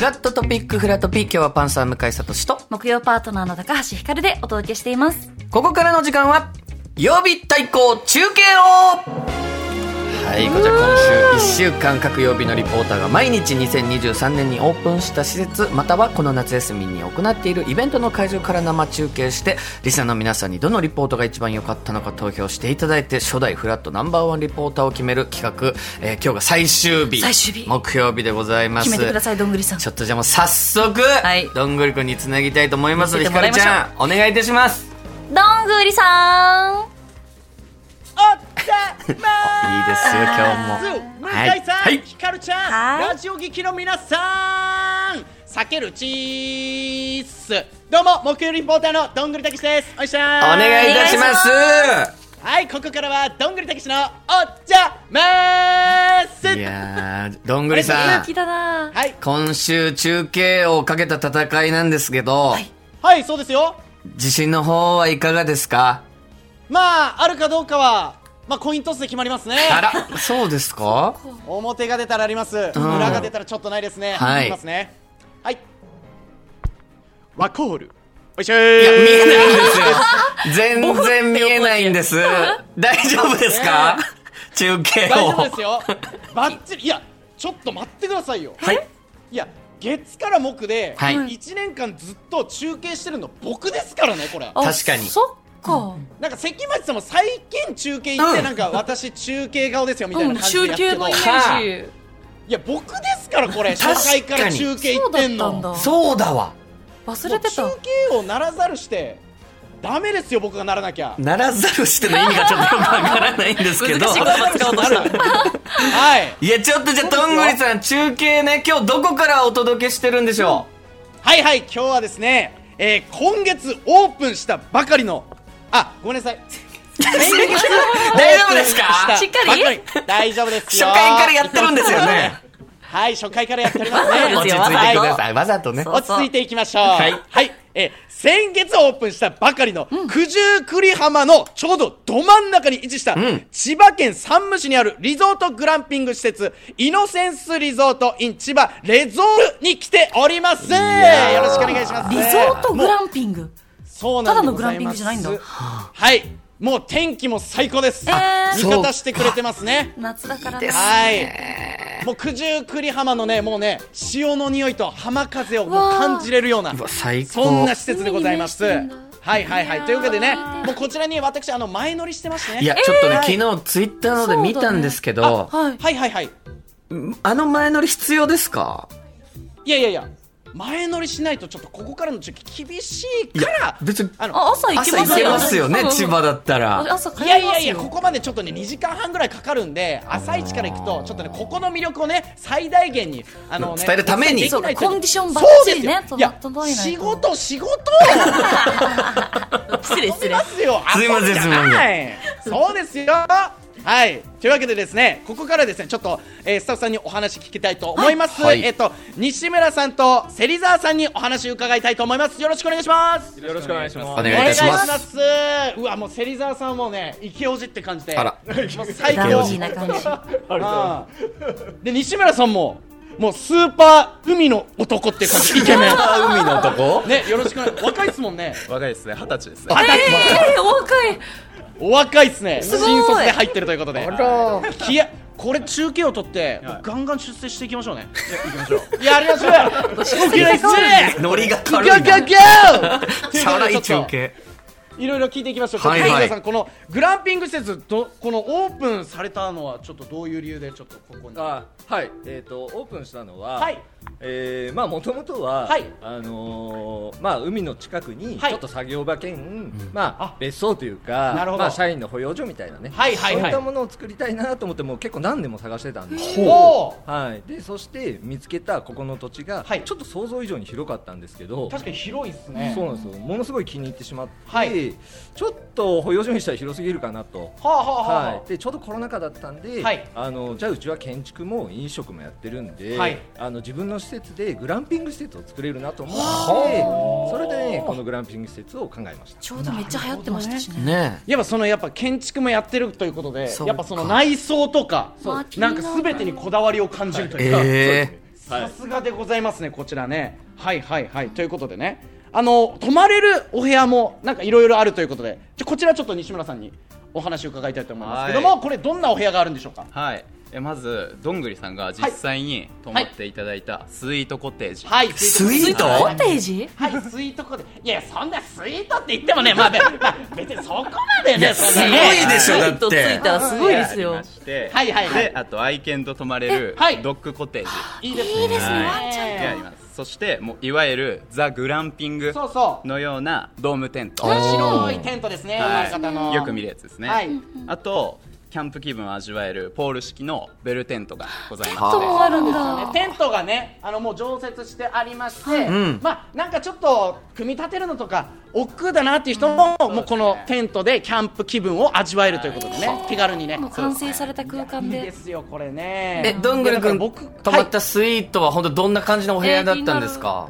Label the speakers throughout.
Speaker 1: ラットトピックフラトピ今日はパンサー向井聡と
Speaker 2: 木曜パートナーの高橋ひかるでお届けしています
Speaker 1: ここからの時間は曜日対抗中継をはいこちら今週1週間各曜日のリポーターが毎日2023年にオープンした施設またはこの夏休みに行っているイベントの会場から生中継してリスナーの皆さんにどのリポートが一番良かったのか投票していただいて初代フラットナンバーワンリポーターを決める企画、えー今日が最終日
Speaker 2: 最終日
Speaker 1: 木曜日でございます
Speaker 2: 決めてくださいどんぐりさん
Speaker 1: ちょっとじゃあもう早速、
Speaker 2: はい
Speaker 1: どんぐりくんにつなぎたいと思いますので
Speaker 2: 見
Speaker 1: ひ
Speaker 2: せても
Speaker 1: か
Speaker 2: ら
Speaker 1: る
Speaker 2: いま
Speaker 1: ち
Speaker 2: しょう
Speaker 1: ゃんお願いいたします
Speaker 2: どんぐりさん
Speaker 1: いいですよ今日も
Speaker 3: 向
Speaker 1: はい
Speaker 3: 井さん、
Speaker 1: はい
Speaker 3: ひかるちゃん、
Speaker 2: はい
Speaker 3: ラジオ劇の皆さん、避けるチーズ。どうも、木曜リポーターのどんぐりたけしです。おいし
Speaker 1: お
Speaker 3: ゃー
Speaker 1: 願いいたします
Speaker 2: お
Speaker 3: はい、ここからはどんぐりたけしのおじゃまーす。
Speaker 1: いやーどんぐりさ
Speaker 2: 勇
Speaker 1: ん
Speaker 2: 気だな
Speaker 3: はい、
Speaker 1: 今週中継をかけた戦いなんですけど、
Speaker 3: はい、そうですよ。
Speaker 1: 自信の方はいかがですか
Speaker 3: まあ、あるかどうかは、まあ、コイントスで決まりますね。
Speaker 1: あらそうですか
Speaker 3: 表が出たらあります。
Speaker 1: ん
Speaker 3: 裏が出たらちょっとないですね。
Speaker 1: はい
Speaker 3: きますね。はい。ワコール。おいしゃ
Speaker 1: いや見
Speaker 3: ー。
Speaker 1: えないんですよ全然見えないんです大丈夫ですか中継を
Speaker 3: 大丈夫ですよ。バッチリいやちょっと待ってくださいよ。
Speaker 1: はい
Speaker 3: いや月から木で
Speaker 1: はい
Speaker 3: 一年間ずっと中継してるの僕ですからねこれ。
Speaker 2: あ
Speaker 1: 確かに
Speaker 2: そっか
Speaker 3: なんか関町さんも最近中継行っ
Speaker 1: う
Speaker 3: て
Speaker 1: ん
Speaker 3: なんか私中継顔ですよみたいうなん感じ
Speaker 2: 中
Speaker 3: でやって
Speaker 2: 継の
Speaker 3: るの。
Speaker 2: イ
Speaker 3: い
Speaker 2: メ
Speaker 1: はあ
Speaker 2: ージ
Speaker 3: や僕ですからこれ
Speaker 1: 確かに
Speaker 3: 初回から中継行
Speaker 2: そ
Speaker 3: っ
Speaker 2: うだ
Speaker 3: て
Speaker 2: っ
Speaker 3: ん
Speaker 2: たんだ
Speaker 3: の。
Speaker 1: そうだわ
Speaker 2: 忘れてた
Speaker 3: もう中継をならざるしてダメですよ僕がならなきゃ。
Speaker 1: ならざるしての意味がちょっとよくわからないんですけど
Speaker 2: 難しい言葉使おうとした
Speaker 3: はい
Speaker 1: いやちょっとじゃあどんぐりさん中継ね今日どこからお届けしてるんでしょ
Speaker 3: はいはい今日はですね、えー今月オープンしたばかりのあごめんなさい先月
Speaker 1: う大丈夫ですか
Speaker 2: しっかり
Speaker 3: ばっかり大丈夫です
Speaker 1: 初
Speaker 3: よ
Speaker 1: 回からやってるんですよね
Speaker 3: はい初回からやっておりますね
Speaker 2: そ
Speaker 1: 落
Speaker 2: う
Speaker 1: ち
Speaker 2: です
Speaker 1: 着い
Speaker 2: よわざと
Speaker 1: てくださいわざとね
Speaker 2: そう
Speaker 3: 落ち着いていきましょうはいい、えー先月オープンしたばかりの九十九里浜のちょうどど真ん中に位置した
Speaker 1: ん
Speaker 3: 千葉県山武市にあるリゾートグランピング施設イノセンスリゾートイン千葉レゾールに来ておりますよ
Speaker 1: やー
Speaker 3: ろしくお願いします
Speaker 2: リゾートグランピング
Speaker 3: そう
Speaker 2: た
Speaker 3: な
Speaker 2: だ
Speaker 3: んで
Speaker 2: の
Speaker 3: ご
Speaker 2: グ
Speaker 3: ざ
Speaker 2: ラ
Speaker 3: い
Speaker 2: ンピン
Speaker 3: ま
Speaker 2: グ
Speaker 3: す
Speaker 2: じゃないんだ
Speaker 3: はいもう天気も最高です、
Speaker 2: あ
Speaker 3: 味方してくれてますね
Speaker 2: 夏だから
Speaker 1: で
Speaker 2: な
Speaker 1: す
Speaker 3: はいもう九十九里浜のねもうね潮の匂いと浜風をもう感じれるような
Speaker 1: うわ最高
Speaker 3: そんな施設でございます
Speaker 2: 海に面してんだ
Speaker 3: はいはいはいというわけでね
Speaker 2: いやー
Speaker 3: もうこちらに私あの前乗りしてましてね
Speaker 1: いやちょっとね、
Speaker 3: えー
Speaker 1: 昨日ツイッターので見たんですけど、
Speaker 2: はい
Speaker 3: はいはいはい
Speaker 1: あの前乗り必要ですか
Speaker 3: いやいやいや前乗りしないとちょっとここからの時期厳しいから
Speaker 1: 別に
Speaker 3: あの
Speaker 2: あ朝行け
Speaker 1: 朝
Speaker 2: ますよ
Speaker 1: 行けますよね
Speaker 2: うんうん
Speaker 1: 千葉だったら
Speaker 2: 朝帰
Speaker 3: い
Speaker 2: り
Speaker 3: や
Speaker 2: ますよ
Speaker 3: いやいや、ここまでちょっとね、2時間半ぐらいかかるんで、朝一から行くと、ちょっとね、ここの魅力をね、最大限に、あのね、
Speaker 1: 伝えるために
Speaker 3: できないという
Speaker 2: そうコンディションば
Speaker 3: そ
Speaker 2: っち
Speaker 3: うです
Speaker 2: り
Speaker 3: よ
Speaker 2: ね
Speaker 3: いや
Speaker 2: 整えないと
Speaker 3: 仕事、仕事
Speaker 2: 失礼失
Speaker 3: し
Speaker 2: 礼
Speaker 3: ますよ、
Speaker 1: すいません
Speaker 3: 遊じゃないそうですよ。はい。というわけでですね、ここからですね、ちょっと、えースタッフさんにお話聞きたいと思います。
Speaker 1: はいはい
Speaker 3: えっ、と、西村さんと芹沢さんにお話伺いたいと思います。よろしくお願いします。
Speaker 4: よろしくお願いします
Speaker 1: お願いいたします
Speaker 3: お願いしますうわもう芹沢さんもねイケオジって感じで
Speaker 1: あら
Speaker 3: もう最
Speaker 2: ダ
Speaker 3: 強
Speaker 2: メージな感じ
Speaker 3: ああで西村さんももうスーパー海の男って感じイケメン
Speaker 1: 海のとこ
Speaker 3: ねよろしくお若いっすもんね
Speaker 4: 若いですね二十歳です
Speaker 3: あ
Speaker 4: ね
Speaker 2: えー、お若い
Speaker 3: お若いっすね
Speaker 2: すごい
Speaker 3: 新卒で入ってるということで
Speaker 1: あ
Speaker 3: きやこれ中継を取って、
Speaker 4: はい
Speaker 3: ガンガン出世していきましょうね
Speaker 4: 行きましょう
Speaker 3: いやありがとうございます沖縄行っ
Speaker 1: ノリが
Speaker 3: ゴ
Speaker 1: 軽
Speaker 3: ーゴ
Speaker 1: い
Speaker 3: ー
Speaker 1: な
Speaker 3: ゴ
Speaker 1: チャラい中
Speaker 3: ーということでちょっ
Speaker 1: 継
Speaker 3: といろいろ聞いていきましょう
Speaker 1: はいはい
Speaker 3: ちょっと萩田さんこのグランピング施設どこのオープンされたのはちょっとどういう理由でちょっとここに
Speaker 4: あはいえっ、とオープンしたのは、
Speaker 3: はい
Speaker 4: えーまあもともとは、
Speaker 3: はい
Speaker 4: あのーまあ海の近くに
Speaker 3: はい
Speaker 4: ちょっと作業場兼、まあ別荘というか
Speaker 3: なるほど
Speaker 4: まあ社員の保養所みたいなね
Speaker 3: はいはいはい
Speaker 4: そういったものを作りたいなと思ってもう結構何年も探してたんです
Speaker 3: おー
Speaker 4: はいでそして見つけたここの土地が、
Speaker 3: はい
Speaker 4: ちょっと想像以上に広かったんですけど
Speaker 3: 確かに広いですね
Speaker 4: そうなんですよものすごい気に入ってしまって、
Speaker 3: はい
Speaker 4: ちょっと保養所にしたら広すぎるかなと
Speaker 3: はあはあはあ、
Speaker 4: はい、でちょうどコロナ禍だったんで、
Speaker 3: はい
Speaker 4: あのじゃあうちは建築も飲食もやってるんで、
Speaker 3: はい
Speaker 4: あの自分の施設でグランピング施設を作れるなと思ってそれで、ね、このグランピング施設を考えました
Speaker 2: ちょうどめっちゃ流行ってましたしね
Speaker 1: ね
Speaker 3: やっぱそのやっぱ建築もやってるということで
Speaker 1: そうか
Speaker 3: やっぱその内装とか
Speaker 2: そう
Speaker 3: なんかすべてにこだわりを感じると
Speaker 1: え
Speaker 3: いうか、
Speaker 1: え
Speaker 3: さすがでございますね、こちらね。はいはいはい。ということでね、あの泊まれるお部屋もなんかいろいろあるということで、ちょこちらちょっと西村さんにお話を伺いたいと思いますけども、
Speaker 5: はい
Speaker 3: これどんなお部屋があるんでしょうか。
Speaker 5: はい、えまずどんぐりさんが実際に泊まっていただいたスイートコテージ、
Speaker 3: はい、
Speaker 1: スイート
Speaker 2: コテージ
Speaker 3: はい、スイートコテいや、そんなスイートって言ってもね、まあ、べまあ別にそこまでね、そん
Speaker 1: すご
Speaker 3: ないね
Speaker 1: でしょだっ
Speaker 2: とつい
Speaker 1: て
Speaker 2: たらすごいです
Speaker 5: あり
Speaker 2: よ
Speaker 5: ま。して、
Speaker 3: はいはいはい
Speaker 5: であと愛犬と泊まれる
Speaker 3: えはい
Speaker 5: ドッグコテージ、
Speaker 3: いいですね。
Speaker 2: いいですね、
Speaker 5: はい
Speaker 2: ワンち
Speaker 5: であ
Speaker 2: ゃん
Speaker 5: り
Speaker 2: と。
Speaker 5: ますそしてもういわゆるザ・グランピング
Speaker 3: そうそう。
Speaker 5: のようなドームテント、
Speaker 1: あー
Speaker 3: 白いテントですね、
Speaker 5: はい
Speaker 3: 生まれ方の。
Speaker 5: よく見るやつですね、
Speaker 3: はい
Speaker 5: あとキャンプ気分を味わえるポール式のベルテントがござい
Speaker 1: は
Speaker 5: ま
Speaker 1: あ
Speaker 5: す
Speaker 2: ともあるんだ。
Speaker 3: テントがね、あのもう常設してありまして、
Speaker 1: ん
Speaker 3: まあなんかちょっと組み立てるのとか億劫だなっていう人も、
Speaker 5: ん
Speaker 3: もうこのテントでキャンプ気分を味わえるということでね、
Speaker 2: はい
Speaker 3: 手軽にね。
Speaker 2: もう完成された空間
Speaker 3: いいで
Speaker 2: です
Speaker 3: よこれね。
Speaker 1: えどんぐりくん
Speaker 3: いやだから僕
Speaker 1: 泊まったスイートは本当どんな感じのお部屋だったんですか、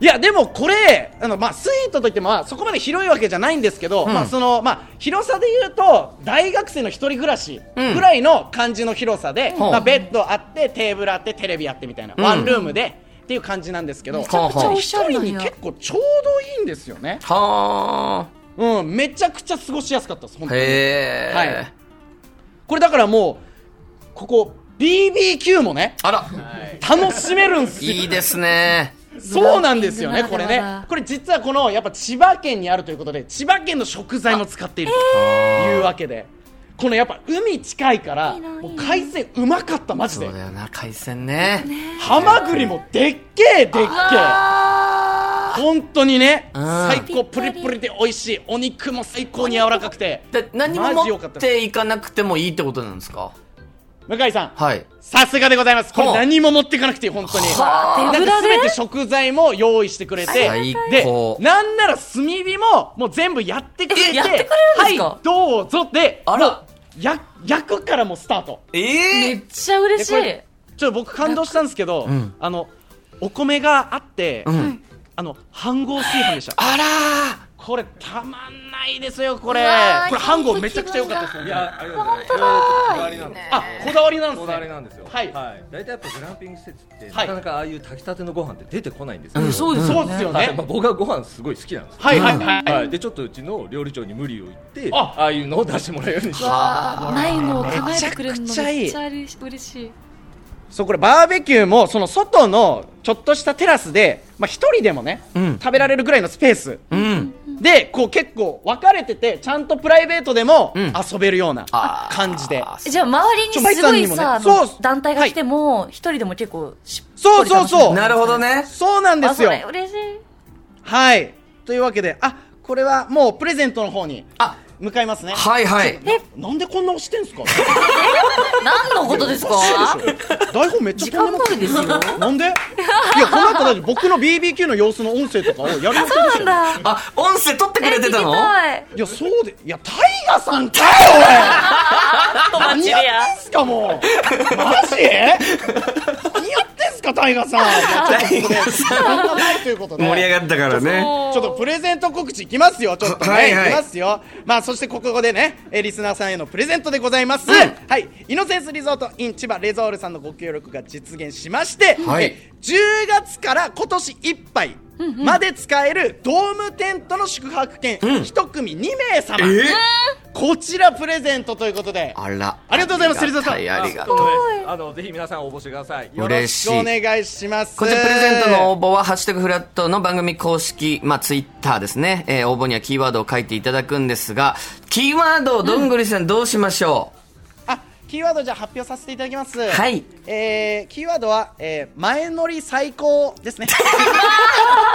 Speaker 3: いやでもこれあの、まあ、スイートといっても、まあ、そこまで広いわけじゃないんですけど、まあそのまあ、広さで言うと大学生の一人暮らしぐらいの感じの広さで、
Speaker 1: ほう
Speaker 3: まあ、ベッドあってテーブルあってテレビあってみたいな、
Speaker 1: ん
Speaker 3: ワンルームでっていう感じなんですけど
Speaker 2: め
Speaker 3: 一
Speaker 2: ちゃくちゃおしゃれな
Speaker 3: 人
Speaker 2: 部
Speaker 3: に
Speaker 2: 屋
Speaker 3: 結構ちょうどいいんですよね、
Speaker 1: は
Speaker 3: うん、めちゃくちゃ過ごしやすかったです本
Speaker 1: あ
Speaker 3: 当に
Speaker 1: へえ、
Speaker 3: はいこれだからもうここ BBQ もね
Speaker 1: あら
Speaker 3: 楽しめるんですよ
Speaker 1: いいですね
Speaker 3: そうなんですよね、これ
Speaker 2: まだま
Speaker 3: ね
Speaker 2: だ。
Speaker 3: これ実はこの、やっぱ千葉県にあるということで、千葉県の食材も使っているというわけで、このやっぱ海近いから、
Speaker 2: いいな
Speaker 3: もう海鮮うまかった、マジ
Speaker 1: そ
Speaker 3: で
Speaker 1: う。だよな海鮮ね
Speaker 3: ハマグリもでっけえ、でっけえ。本当にね、
Speaker 1: うん
Speaker 3: 最高、プリプリで美味しい。お肉も最高に柔らかくて。
Speaker 1: で何も
Speaker 3: マジ良
Speaker 1: 持
Speaker 3: か
Speaker 1: っ
Speaker 3: った
Speaker 1: ていかなくてもいいってことなんですか
Speaker 3: 向井さん、
Speaker 1: はい
Speaker 3: さすがでございます。こ
Speaker 1: ほ
Speaker 3: れ
Speaker 1: う
Speaker 3: 何も持っていかなくていい、本当に。
Speaker 2: あ手
Speaker 3: なん
Speaker 2: ぶら
Speaker 3: か
Speaker 2: で
Speaker 3: 全て食材も用意してくれて
Speaker 1: 最、
Speaker 3: で
Speaker 1: 高、
Speaker 3: なんなら炭火ももう全部やってくれて、
Speaker 2: えやってくれるんですか
Speaker 3: はい、どうぞで、
Speaker 1: あら
Speaker 3: もうや焼くからもうスタート。
Speaker 1: え
Speaker 2: めっちゃ嬉しい。
Speaker 3: でこれちょっと僕感動したんですけど、
Speaker 1: ん
Speaker 3: あの、お米があって、
Speaker 1: うん
Speaker 3: あの、半合炊飯でした。
Speaker 1: あら
Speaker 3: これたまんないですよ、これ
Speaker 2: うわ。ー
Speaker 3: これ半合めちゃくちゃ良かったですよ
Speaker 4: い
Speaker 3: ね。
Speaker 4: や、ありがとうございます。本当だ。なんですよ。
Speaker 3: あ、こだわりなんです
Speaker 4: こだわり
Speaker 3: ね。
Speaker 4: なんですよ。
Speaker 3: はい
Speaker 4: 大体やっぱグランピング施設って、
Speaker 3: はい
Speaker 4: なかなかああいう炊きたてのご飯って出てこないんですよ。
Speaker 2: そうです
Speaker 3: そ
Speaker 2: よ
Speaker 3: うで
Speaker 2: ね。
Speaker 3: すよ
Speaker 4: はい
Speaker 3: ね
Speaker 4: まあ。僕はご飯すごい好きなんですよ。
Speaker 3: はいはいはい。
Speaker 4: はい、でちょっとうちの料理長に無理を言って
Speaker 3: あ
Speaker 4: ああいうのを出してもらうようにして
Speaker 2: わあないのを叶えてくれるの
Speaker 3: め
Speaker 2: め
Speaker 3: ちゃくちゃいい
Speaker 2: っちゃ嬉しい。
Speaker 3: そうこれバーベキューもその外のちょっとしたテラスでまあ、一人でもね、
Speaker 1: うん
Speaker 3: 食べられるぐらいのスペース
Speaker 1: うん
Speaker 3: でこう結構分かれててちゃんとプライベートでも
Speaker 1: ん
Speaker 3: 遊べるような
Speaker 1: あー
Speaker 3: 感じで、
Speaker 1: あ
Speaker 2: じゃあ周り
Speaker 3: ちょマ
Speaker 2: に
Speaker 3: イ
Speaker 2: す
Speaker 3: さん
Speaker 2: ご
Speaker 3: に
Speaker 2: い
Speaker 3: もね
Speaker 2: さ、あ
Speaker 3: そう
Speaker 2: の団体が来ても一人でも結構しっ
Speaker 3: そ
Speaker 2: ぽ
Speaker 3: う
Speaker 2: り
Speaker 3: そう
Speaker 2: 楽しめる
Speaker 3: そう
Speaker 1: なるほどね
Speaker 3: そうなんで
Speaker 2: あ
Speaker 3: す
Speaker 2: そ
Speaker 3: よ
Speaker 2: れ嬉しい。
Speaker 3: はいというわけであこれはもうプレゼントの方に
Speaker 1: あ
Speaker 3: 向かいますね
Speaker 1: はいはい
Speaker 3: なんでこんな押してんすか
Speaker 2: 何のことですか？
Speaker 3: 台本めっちゃ
Speaker 2: 時
Speaker 3: 飛んで
Speaker 2: 間
Speaker 3: ま
Speaker 2: 通りですよ。
Speaker 3: すなんでいやこの後だって僕の BBQ の様子の音声とかをやる予定でしょ
Speaker 2: なんだ。
Speaker 1: あ音声取ってくれてたの
Speaker 2: え聞きたい
Speaker 3: いや、そうで、いや、タイガさんかよ、
Speaker 2: お
Speaker 3: おい
Speaker 2: 待
Speaker 3: 何
Speaker 2: ち
Speaker 3: や
Speaker 2: で
Speaker 3: ってんすか、もうマジ何やってんすか、タイガさんいやちょっとこれ時間がないということで
Speaker 1: 盛り上がったからね
Speaker 3: ちょっとプレゼント告知いきますよ、ちょっとね、
Speaker 1: はい
Speaker 3: い
Speaker 1: はい
Speaker 3: きますよ、まあそしてここでね、えーリスナーさんへのプレゼントでございます、はい、イノセンスリゾート in 千葉レゾールさんのご協力が実現しまして、
Speaker 1: はい
Speaker 3: えー10月から今年いっぱいまで使えるドームテントの宿泊券、1組2名様、こちらプレゼントということで、
Speaker 1: あら
Speaker 3: ありがとうございます
Speaker 1: ありがた
Speaker 3: 芹
Speaker 1: い
Speaker 3: 沢
Speaker 1: ありが
Speaker 4: そ
Speaker 1: とう
Speaker 4: うですあのぜひ皆さん応募してください。よろしく
Speaker 1: 嬉しい
Speaker 3: お願いします。
Speaker 1: こちらプレゼントの応募は、ハッシュタグフラットの番組公式、まあ、ツイッターですね。えー応募にはキーワードを書いていただくんですが、キーワードをどんぐりさんどうしましょ
Speaker 3: あキーワードじゃあ発表させていただきます。
Speaker 1: はい。
Speaker 3: えー、キーワードは、えー、前乗り最高で すね。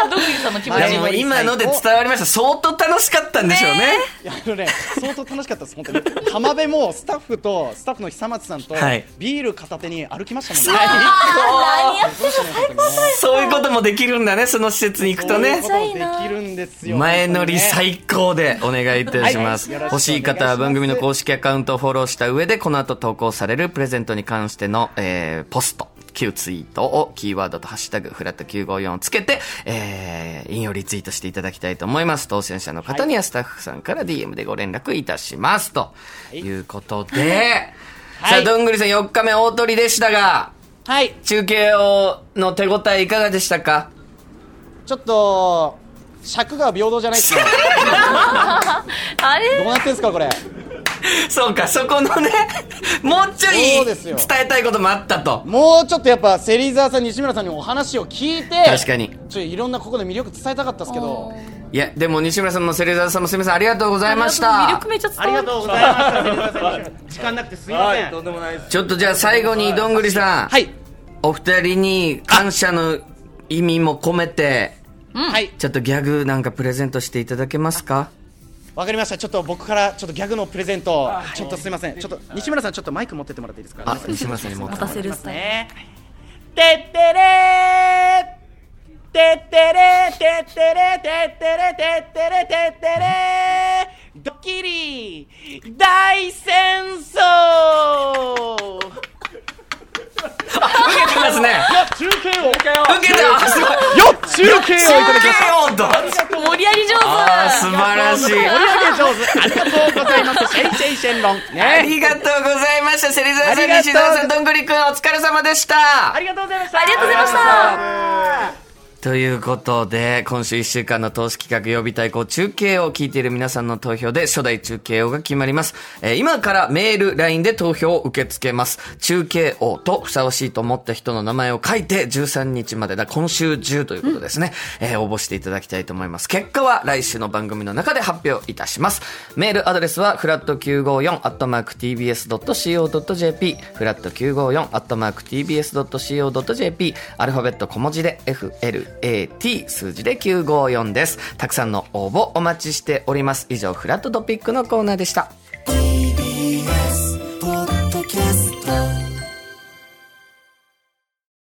Speaker 2: ドグリさんの気
Speaker 1: う、
Speaker 2: 持
Speaker 3: は
Speaker 2: ち。
Speaker 3: い
Speaker 1: でも今ので伝わりました。相当楽しかったんでしょうね。
Speaker 3: いやあのね、相当楽しかったです、本当に。浜辺もスタッフと、スタッフの久松さんと、
Speaker 1: はい
Speaker 3: ビール片手に歩きましたもんね。
Speaker 1: あー
Speaker 3: どうしよう本当に
Speaker 1: そういうこともできるんだね、その施設に行くとね
Speaker 3: こ。ういうこともできるんですよ。
Speaker 1: 前乗り
Speaker 3: 高。
Speaker 1: 最高でお願いいたします。
Speaker 3: はい
Speaker 1: 欲しい方は番組の公式アカウントをフォローした上で、この後投稿されるプレゼントに関しての、えー、ポスト、旧ツイートをキーワードとハッシュタグ、フラット954をつけて、えー、引用リツイートしていただきたいと思います。当選者の方にはスタッフさんから DM でご連絡いたします。ということで、
Speaker 3: は
Speaker 1: さ
Speaker 3: い
Speaker 1: あ、どんぐりさん4日目大鳥でしたが、
Speaker 3: はい
Speaker 1: 中継をの手応えいかがでしたか
Speaker 3: ちょっと尺が平等じゃないですね
Speaker 2: あ
Speaker 3: ど
Speaker 2: れ
Speaker 3: うなってんすかこれ
Speaker 1: そうか、そこのね、 もうちょ
Speaker 3: そう
Speaker 1: い伝
Speaker 3: ですよ
Speaker 1: えたいこともあったと。
Speaker 3: もうちょっとやっぱ芹沢さん西村さんにお話を聞いて
Speaker 1: 確かに。
Speaker 3: ちょいろんなここで魅力伝えたかったですけど
Speaker 1: いや、でも西村さんも芹沢さんもすみません、ありがとうございまし
Speaker 2: 魅
Speaker 1: た
Speaker 2: 力。めっちゃ伝わ
Speaker 6: ありが
Speaker 2: る
Speaker 6: とうございました芹沢さん西村さん時間なくてすいません、
Speaker 4: とんでもないです
Speaker 1: ちょっとじゃあ最後にどんぐりさん、
Speaker 3: はい
Speaker 1: お二人に感謝の意味も込めて、
Speaker 3: はい
Speaker 1: ちょっとギャグなんかプレゼントしていただけますか
Speaker 3: わかりましたちょっと僕からちょっとギャグのプレゼントちょっとすいませんちょっと西村さんちょっとマイク持ってってもらっていいですか
Speaker 1: あ、西村さんにも
Speaker 2: 待たせるスタイル
Speaker 6: ねてってれーてってれーてってれーてってれーてってれーてってれードッキリ大戦争
Speaker 1: 受けてます ね
Speaker 6: 中継を
Speaker 1: 受けてますすごい
Speaker 3: よっ中継をいただきました
Speaker 1: 受けようと
Speaker 2: 盛り上げ上手
Speaker 1: あー素晴らしい
Speaker 3: 盛り上げ上手ありがとうございますシェイシェイシェンロン
Speaker 1: あ
Speaker 3: ね
Speaker 1: りがとうございました芹沢さん
Speaker 3: ありがとう
Speaker 1: 西澤さんどんぐりくんお疲れ様でした
Speaker 6: ありがとうございました
Speaker 2: ありがとうございました
Speaker 1: ということで、今週1週間の投資企画予備対抗中継を聞いている皆さんの投票で初代中継王が決まります。えー今からメール、LINE で投票を受け付けます。中継王とふさわしいと思った人の名前を書いて13日までだ、今週中ということですね。えー応募していただきたいと思います。結果は来週の番組の中で発表いたします。メールアドレスは、フラット 954-tbs.co.jp、フラット 954-tbs.co.jp、アルファベット小文字で FLAT 数字で954です。たくさんの応募お待ちしております。以上、フラットトピックのコーナーでした。